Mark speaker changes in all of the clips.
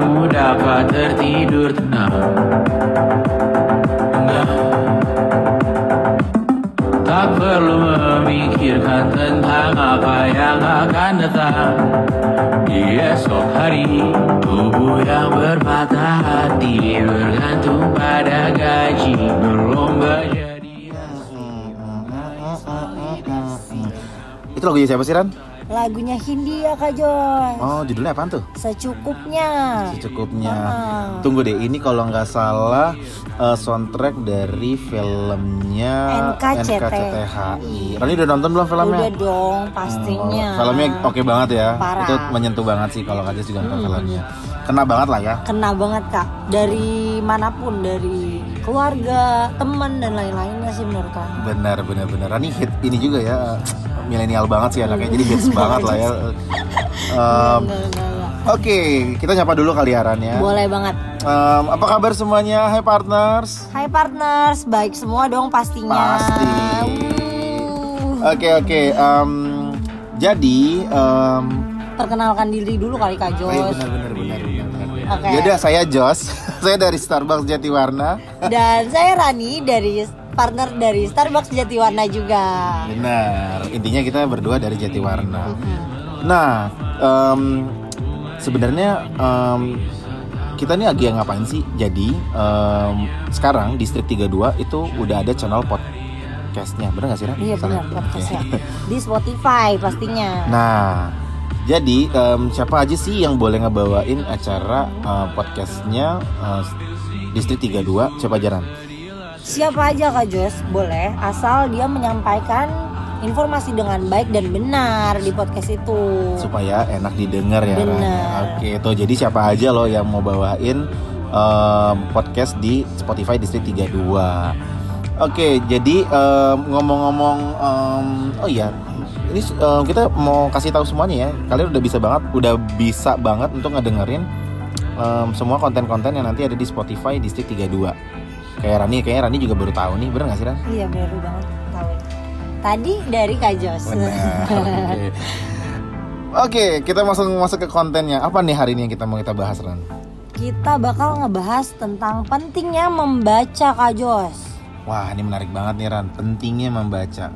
Speaker 1: Apa tertidur Nah. tenang? Enggak Tak perlu memikirkan tentang apa yang akan datang Di esok hari Tubuh yang berpatah hati Bergantung pada gaji Berlomba jadi
Speaker 2: Itu lagunya siapa sih Ran?
Speaker 3: Lagunya Hindia Kak Joy.
Speaker 2: Oh judulnya apaan tuh?
Speaker 3: Secukupnya.
Speaker 2: Secukupnya
Speaker 3: Ah.
Speaker 2: Tunggu deh ini kalau nggak salah eh, soundtrack dari filmnya
Speaker 3: NKCTHI.
Speaker 2: NKCTHI Rani udah nonton belum filmnya?
Speaker 3: Udah dong pastinya.
Speaker 2: Oh, filmnya oke banget ya.
Speaker 3: Parah.
Speaker 2: Itu menyentuh banget sih kalau Kajas juga nonton filmnya. Kena banget lah ya.
Speaker 3: Kena banget Kak. Dari manapun dari keluarga, teman dan lain-lainnya sih menurut aku.
Speaker 2: Benar benar benar. Ini hit ini juga ya milenial banget sih anaknya. Jadi hits banget lah ya. Um,
Speaker 3: Enggak, enggak, enggak.
Speaker 2: Oke, kita nyapa dulu kali ya, Arannya.
Speaker 3: Boleh banget.
Speaker 2: Um, apa kabar semuanya? Hai partners.
Speaker 3: Hai partners, baik semua dong pastinya.
Speaker 2: Pasti.
Speaker 3: Wuh.
Speaker 2: Oke oke. um, jadi um,
Speaker 3: Perkenalkan diri dulu kali Kak
Speaker 2: oh iya,
Speaker 3: Jos.
Speaker 2: benar benar benar. benar, benar.
Speaker 3: Oke.
Speaker 2: Yaudah, saya Jos. saya dari Starbucks Jatiwarna.
Speaker 3: Dan saya Rani dari partner dari Starbucks Jatiwarna juga.
Speaker 2: Benar. Intinya kita berdua dari Jatiwarna. Nah, em, sebenarnya em, kita nih lagi ngapain sih? Jadi em, sekarang Distrik 32 itu udah ada channel podcastnya, bener gak sih? Ran?
Speaker 3: Iya
Speaker 2: Salah.
Speaker 3: benar
Speaker 2: Oke.
Speaker 3: podcastnya di Spotify pastinya.
Speaker 2: Nah, jadi em, siapa aja sih yang boleh ngebawain acara eh, podcastnya eh, Distrik 32? Siapa ajaran?
Speaker 3: Siapa aja Kak Jos boleh asal dia menyampaikan informasi dengan baik dan benar di podcast itu.
Speaker 2: supaya enak didengar ya. Ran.
Speaker 3: Benar.
Speaker 2: Oke, tuh jadi siapa aja loh yang mau bawain em, podcast di Spotify Distrik 32. Oke, jadi em, ngomong-ngomong em, oh iya, ini em, kita mau kasih tahu semuanya ya. Kalian udah bisa banget, udah bisa banget untuk ngedengerin em, semua konten-konten yang nanti ada di Spotify Distrik 32. Kayak Rani, kayaknya Rani juga baru tahu nih, bener gak sih Ran?
Speaker 3: Iya benar banget tahu. Tadi dari Kak Jos.
Speaker 2: Oh, Benar. Oke. Oke, kita masuk masuk ke kontennya. Apa nih hari ini yang kita mau kita bahas, Ran?
Speaker 3: Kita bakal ngebahas tentang pentingnya membaca Kak Jos.
Speaker 2: Wah, ini menarik banget nih, Ran. Pentingnya membaca.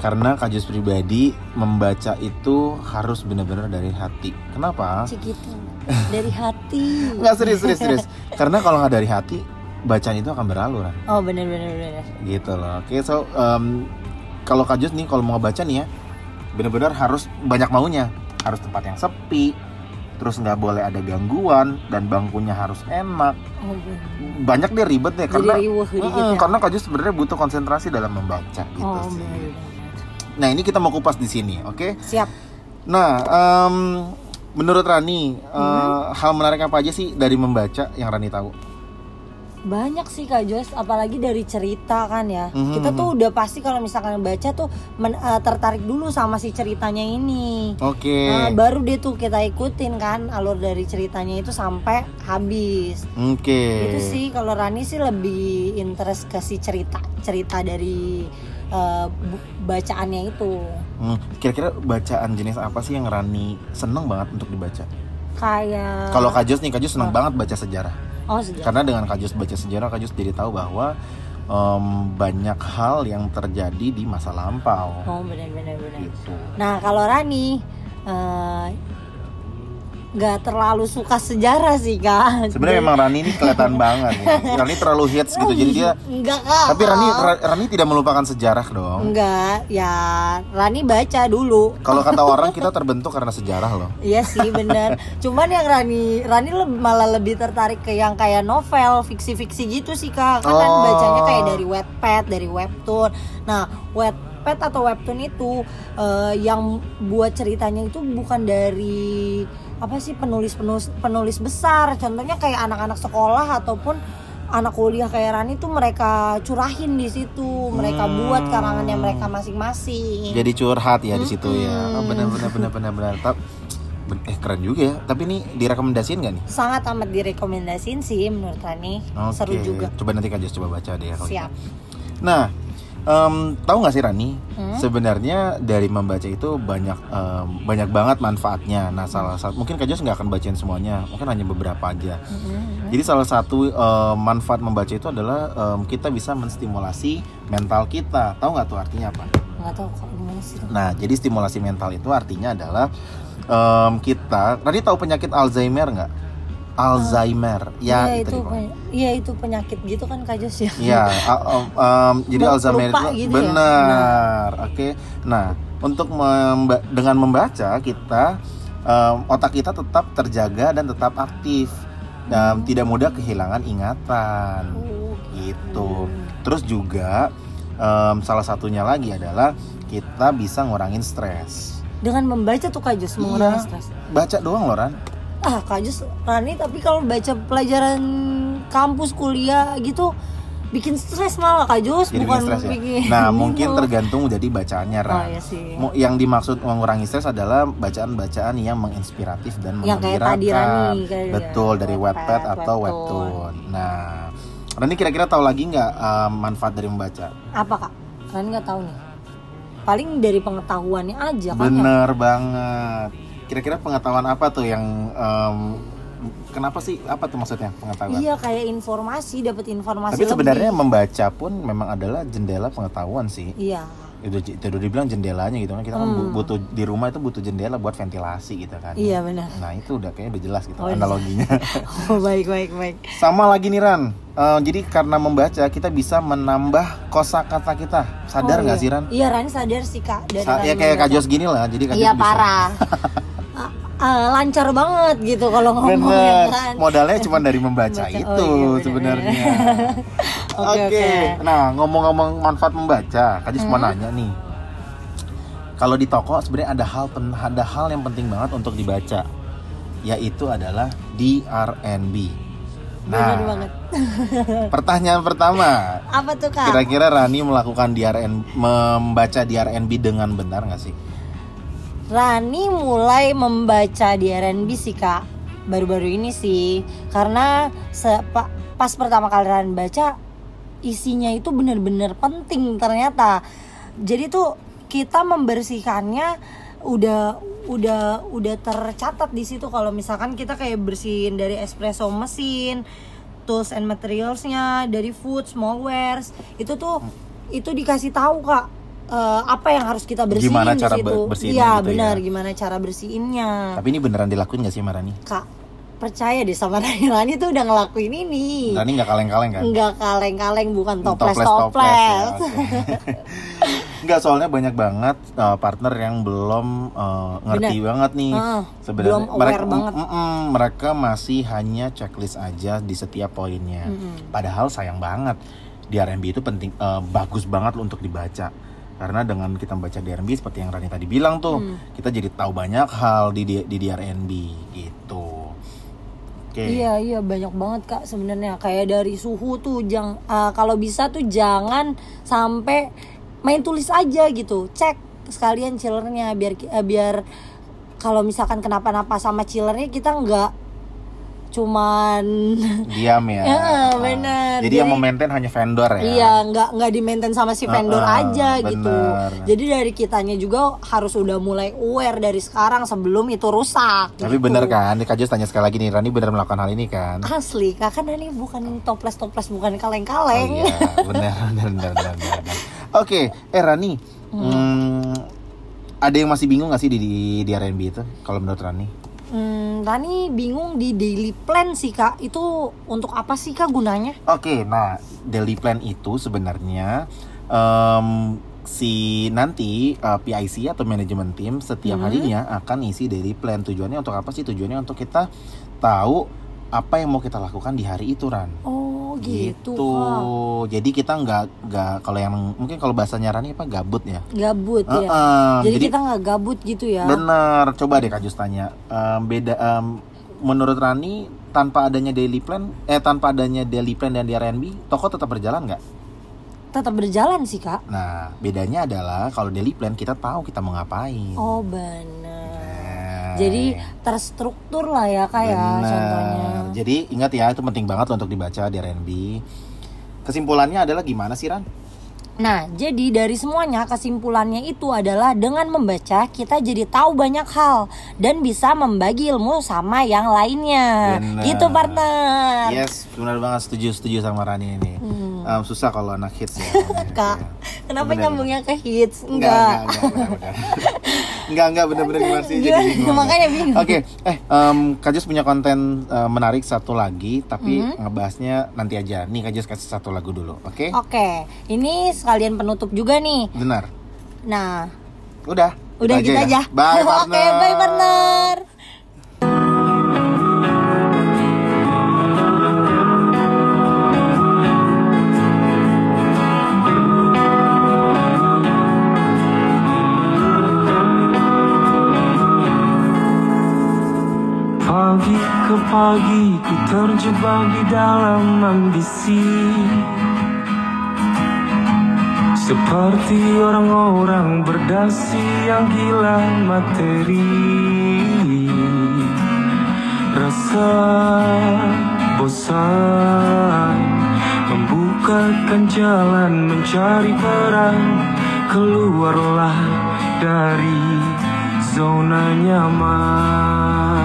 Speaker 2: Karena kajus pribadi membaca itu harus benar-benar dari hati. Kenapa?
Speaker 3: Cikitu dari hati.
Speaker 2: Nggak serius, serius, serius. Karena kalau nggak dari hati, bacaan itu akan berlalu, Ran.
Speaker 3: Oh benar benar benar.
Speaker 2: Gitu loh. Oke, so em, kalau kajus nih, kalau mau baca nih ya, benar-benar harus banyak maunya. Harus tempat yang sepi, terus nggak boleh ada gangguan, dan bangkunya harus enak.
Speaker 3: Oh, benar.
Speaker 2: banyak deh ribet deh
Speaker 3: Jadi
Speaker 2: karena
Speaker 3: riuh dikit
Speaker 2: Mm,
Speaker 3: ya.
Speaker 2: karena kaju sebenarnya butuh konsentrasi dalam membaca gitu
Speaker 3: Oh,
Speaker 2: sih.
Speaker 3: benar.
Speaker 2: Nah ini kita mau kupas di sini, oke?
Speaker 3: Siap.
Speaker 2: Nah, em, menurut Rani, eh,
Speaker 3: Mm-hmm.
Speaker 2: hal menarik apa aja sih dari membaca yang Rani tahu?
Speaker 3: Banyak sih Kak Jos, apalagi dari cerita kan ya.
Speaker 2: Mhm.
Speaker 3: Kita tuh udah pasti kalau misalkan baca tuh men- eh, tertarik dulu sama si ceritanya ini.
Speaker 2: Oke,
Speaker 3: Nah, baru deh tuh kita ikutin kan alur dari ceritanya itu sampai habis.
Speaker 2: oke.
Speaker 3: Itu sih kalau Rani sih lebih interest ke si cerita cerita dari eh, bu- bacaannya itu.
Speaker 2: Hmm, Kira-kira bacaan jenis apa sih yang Rani seneng banget untuk dibaca?
Speaker 3: kayak
Speaker 2: Kalau kan Kajus nih, Kajus seneng banget baca sejarah.
Speaker 3: oh sejak
Speaker 2: Karena dengan Kajus baca sejarah, Kajus jadi tahu bahwa em, banyak hal yang terjadi di masa lampau.
Speaker 3: oh benar benar benar
Speaker 2: Gitu.
Speaker 3: nah kalau Rani eh, nggak terlalu suka sejarah sih kak
Speaker 2: Sebenarnya memang Rani ini kelihatan banget. nih. Rani terlalu hits gitu. Jadi dia
Speaker 3: enggak kak
Speaker 2: tapi Rani Ra- Rani tidak melupakan sejarah dong.
Speaker 3: enggak ya Rani baca dulu
Speaker 2: Kalau kata orang kita terbentuk karena sejarah loh.
Speaker 3: Iya sih bener Cuman yang Rani Rani leb- malah lebih tertarik ke yang kayak novel Fiksi-fiksi gitu sih kak Kan Rani
Speaker 2: Oh.
Speaker 3: bacanya kayak dari Wattpad Dari Webtoon Nah Wattpad atau Webtoon itu eh, Yang buat ceritanya itu bukan dari Apa sih penulis-penulis penulis besar Contohnya kayak anak-anak sekolah Ataupun anak kuliah kayak Rani tuh mereka curahin di situ mereka buat karangannya mereka masing-masing
Speaker 2: Jadi curhat ya di situ ya. Oh,
Speaker 3: Mm-mm.
Speaker 2: benar benar benar benar benar. Tap- ben- Eh keren juga ya. Tapi ini direkomendasiin gak nih?
Speaker 3: sangat amat direkomendasin sih menurut Rani
Speaker 2: Oke.
Speaker 3: seru juga
Speaker 2: Coba nanti Kak Jess coba baca deh. ya kalau
Speaker 3: siap
Speaker 2: gitu. Nah, Em, tahu nggak sih Rani?
Speaker 3: Hmm?
Speaker 2: Sebenarnya dari membaca itu banyak em, banyak banget manfaatnya. Nah salah satu mungkin Kak Jos nggak akan bacain semuanya, mungkin hanya beberapa aja.
Speaker 3: Hmm. Mm-mm.
Speaker 2: Jadi salah satu em, manfaat membaca itu adalah em, kita bisa menstimulasi mental kita. Tahu nggak tuh artinya apa?
Speaker 3: nggak tahu kok gimana sih tuh.
Speaker 2: Nah jadi stimulasi mental itu artinya adalah em, kita. Rani tahu penyakit Alzheimer nggak? Alzheimer, ya, itu.
Speaker 3: Iya, itu
Speaker 2: dia, Pak.
Speaker 3: peny- iya itu penyakit gitu kan Kak Jos ya
Speaker 2: Iya, a- um, um, jadi
Speaker 3: Lupa
Speaker 2: Alzheimer itu
Speaker 3: gitu ya?
Speaker 2: benar. Oke. Nah, untuk memba- dengan membaca kita um, otak kita tetap terjaga dan tetap aktif. Dan tidak mudah kehilangan ingatan
Speaker 3: Oh,
Speaker 2: gitu. Terus juga um, salah satunya lagi adalah kita bisa ngurangin stres.
Speaker 3: dengan membaca tuh Kak Jos mengurangi
Speaker 2: Iya.
Speaker 3: stres
Speaker 2: Baca doang loh, Ran.
Speaker 3: ah Kak Jos Rani tapi kalau baca pelajaran kampus kuliah gitu bikin stres malah Kak Jos
Speaker 2: Jadi
Speaker 3: bukan
Speaker 2: bikin stres ya.
Speaker 3: bikin
Speaker 2: Nah, mungkin
Speaker 3: gitu.
Speaker 2: tergantung jadi bacaannya, Ran.
Speaker 3: oh iya sih
Speaker 2: Mu- yang dimaksud mengurangi stres adalah bacaan-bacaan yang menginspiratif dan
Speaker 3: Yang kayak tadi
Speaker 2: mengembirakan.
Speaker 3: Rani, kayak
Speaker 2: Betul
Speaker 3: ya,
Speaker 2: dari
Speaker 3: Wattpad,
Speaker 2: webpad atau
Speaker 3: Webtoon.
Speaker 2: webtoon. Nah, Rani kira-kira tahu lagi nggak eh, manfaat dari membaca?
Speaker 3: apa Kak Rani nggak tahu nih paling dari pengetahuannya aja kan ya.
Speaker 2: Bener banget. Kira-kira pengetahuan apa tuh yang em, kenapa sih apa tuh maksudnya pengetahuan?
Speaker 3: Iya kayak informasi dapat informasi
Speaker 2: Tapi
Speaker 3: lebih.
Speaker 2: sebenarnya membaca pun memang adalah jendela pengetahuan sih.
Speaker 3: iya
Speaker 2: Itu itu udah dibilang jendelanya gitu kan kita kan bu-
Speaker 3: Hmm.
Speaker 2: butuh di rumah itu butuh jendela buat ventilasi gitu kan.
Speaker 3: iya benar
Speaker 2: Nah itu udah kayaknya udah jelas gitu
Speaker 3: Oh, iya.
Speaker 2: analoginya.
Speaker 3: oh, baik baik baik
Speaker 2: Sama lagi nih Ran. Eh, jadi karena membaca kita bisa menambah kosakata kita. Sadar
Speaker 3: Oh,
Speaker 2: nggak
Speaker 3: iya.
Speaker 2: sih Ran?
Speaker 3: iya Rani sadar sih kak dari
Speaker 2: Sa- ya
Speaker 3: Rani
Speaker 2: kayak
Speaker 3: membaca.
Speaker 2: Kak Jos gini lah. Jadi Kak Jos
Speaker 3: iya
Speaker 2: bisa.
Speaker 3: parah Ah, ah, lancar banget gitu kalau ngomong
Speaker 2: Bener.
Speaker 3: ya kan
Speaker 2: Modalnya cuma dari membaca
Speaker 3: Membaca. Oh,
Speaker 2: itu
Speaker 3: iya, bener,
Speaker 2: sebenarnya.
Speaker 3: Oke, oke.
Speaker 2: Nah ngomong-ngomong manfaat membaca, Kak Jos mau
Speaker 3: Hmm.
Speaker 2: nanya nih. Kalau di toko sebenarnya ada hal pen- ada hal yang penting banget untuk dibaca, yaitu adalah DRNB. Nah.
Speaker 3: bener banget
Speaker 2: pertanyaan pertama,
Speaker 3: apa tuh kak
Speaker 2: Kira-kira Rani melakukan DRN membaca DRNB dengan benar nggak sih?
Speaker 3: Nah. Rani mulai membaca di RNB sih kak baru-baru ini sih karena sepa- pas pertama kali Rani baca isinya itu bener-bener penting ternyata jadi tuh kita membersihkannya udah udah udah tercatat di situ kalau misalkan kita kayak bersihin dari espresso mesin tools and materialsnya dari food smallwares itu tuh itu dikasih tahu kak eh, apa yang harus kita bersihin
Speaker 2: Gimana
Speaker 3: di
Speaker 2: cara
Speaker 3: situ.
Speaker 2: be- bersihinnya
Speaker 3: Iya,
Speaker 2: gitu ya.
Speaker 3: benar gimana cara bersihinnya
Speaker 2: Tapi ini beneran dilakuin nggak sih sama Rani?
Speaker 3: kak percaya deh sama Rani Rani tuh udah ngelakuin ini
Speaker 2: Rani nggak kaleng-kaleng kan?
Speaker 3: Iya. nggak kaleng-kaleng bukan toples
Speaker 2: Toples-toples,
Speaker 3: toples,
Speaker 2: ya, oke. Nggak soalnya banyak banget uh, partner yang belum uh, ngerti banget nih.
Speaker 3: Heeh,
Speaker 2: Sebenarnya
Speaker 3: Ah, belum aware
Speaker 2: mereka
Speaker 3: banget.
Speaker 2: Mm-mm, mereka masih hanya checklist aja di setiap poinnya.
Speaker 3: Mm-mm.
Speaker 2: Padahal sayang banget di R&B itu penting eh, bagus banget untuk dibaca karena dengan kita baca di R&B seperti yang Rani tadi bilang tuh
Speaker 3: Hmm.
Speaker 2: kita jadi tahu banyak hal di di, di R&B gitu. Oke.
Speaker 3: Iya iya banyak banget kak sebenarnya kayak dari suhu tuh jang ah, kalau bisa tuh jangan sampai main tulis aja gitu cek sekalian chillernya biar ki- eh, biar kalau misalkan kenapa-napa sama chillernya kita nggak cuman
Speaker 2: Diam ya.
Speaker 3: Iya,
Speaker 2: Ah.
Speaker 3: bener.
Speaker 2: Jadi, yang
Speaker 3: Jadi-
Speaker 2: mau maintain hanya vendor ya.
Speaker 3: iya nggak nggak di maintain sama si vendor
Speaker 2: Heeh,
Speaker 3: aja
Speaker 2: bener.
Speaker 3: gitu jadi dari kitanya juga harus udah mulai aware dari sekarang sebelum itu rusak
Speaker 2: Tapi
Speaker 3: gitu.
Speaker 2: bener kan? Kak Jos tanya sekali lagi nih, Rani bener melakukan hal ini kan?
Speaker 3: asli kak kan ini bukan toples toples
Speaker 2: Oh
Speaker 3: bukan kaleng-kaleng
Speaker 2: iya, bener, bener, bener, bener, bener, bener. Oke, eh Rani, hmm, ada yang masih bingung gak sih di di, di R&B itu? Kalau menurut Rani,
Speaker 3: Hmm, Rani bingung di daily plan sih kak itu untuk apa sih kak gunanya?
Speaker 2: oke, nah daily plan itu sebenarnya em, si nanti eh, PIC atau manajemen tim setiap
Speaker 3: Hmm.
Speaker 2: harinya akan isi daily plan. Tujuannya untuk apa sih? Tujuannya untuk kita tahu apa yang mau kita lakukan di hari itu, Ran.
Speaker 3: Oh
Speaker 2: Gitu.
Speaker 3: gitu, Kak.
Speaker 2: Jadi kita nggak nggak kalau yang mungkin kalau bahasa nyarani apa gabut ya.
Speaker 3: gabut ya.
Speaker 2: Heeh,
Speaker 3: Jadi, kita nggak gabut gitu ya?
Speaker 2: bener. Coba deh Kak Jus tanya. Em, beda em, menurut Rani tanpa adanya daily plan eh tanpa adanya daily plan dan di R&B toko tetap berjalan nggak?
Speaker 3: Tetap berjalan sih kak.
Speaker 2: Nah bedanya adalah kalau daily plan kita tahu kita mau ngapain.
Speaker 3: Oh benar.
Speaker 2: Nah,
Speaker 3: Jadi terstruktur lah ya kak ya
Speaker 2: Benar.
Speaker 3: contohnya.
Speaker 2: Jadi ingat ya itu penting banget untuk dibaca di R&B. Kesimpulannya adalah gimana sih Ran?
Speaker 3: Nah, jadi dari semuanya kesimpulannya itu adalah dengan membaca kita jadi tahu banyak hal dan bisa membagi ilmu sama yang lainnya.
Speaker 2: Benar.
Speaker 3: Gitu partner.
Speaker 2: Yes, benar banget setuju setuju sama Rani ini.
Speaker 3: Hmm.
Speaker 2: Em, susah kalau anak hits ya.
Speaker 3: Kak, kenapa
Speaker 2: Benar.
Speaker 3: nyambungnya ke hits?
Speaker 2: Enggak,
Speaker 3: Enggak.
Speaker 2: enggak, enggak, enggak, enggak, bener-bener gimana sih?
Speaker 3: Gimana?
Speaker 2: Jadi bingung.
Speaker 3: Makanya bingung.
Speaker 2: Oke, eh, em, Kak Jus punya konten eh, menarik satu lagi, tapi
Speaker 3: Hmm.
Speaker 2: ngebahasnya nanti aja. Nih Kak Jus kasih satu lagu dulu, oke?
Speaker 3: Oh. Oke, ini sekalian penutup juga nih.
Speaker 2: Benar.
Speaker 3: Nah,
Speaker 2: Udah.
Speaker 3: udah
Speaker 2: gitu
Speaker 3: gitu aja.
Speaker 2: ya. Bye,
Speaker 3: Oke, bye partner.
Speaker 4: Pagi ke pagi ku terjebak di dalam ambisi Seperti orang-orang berdasi yang gila materi Rasa bosan Membukakan jalan mencari perang Keluarlah dari zona nyaman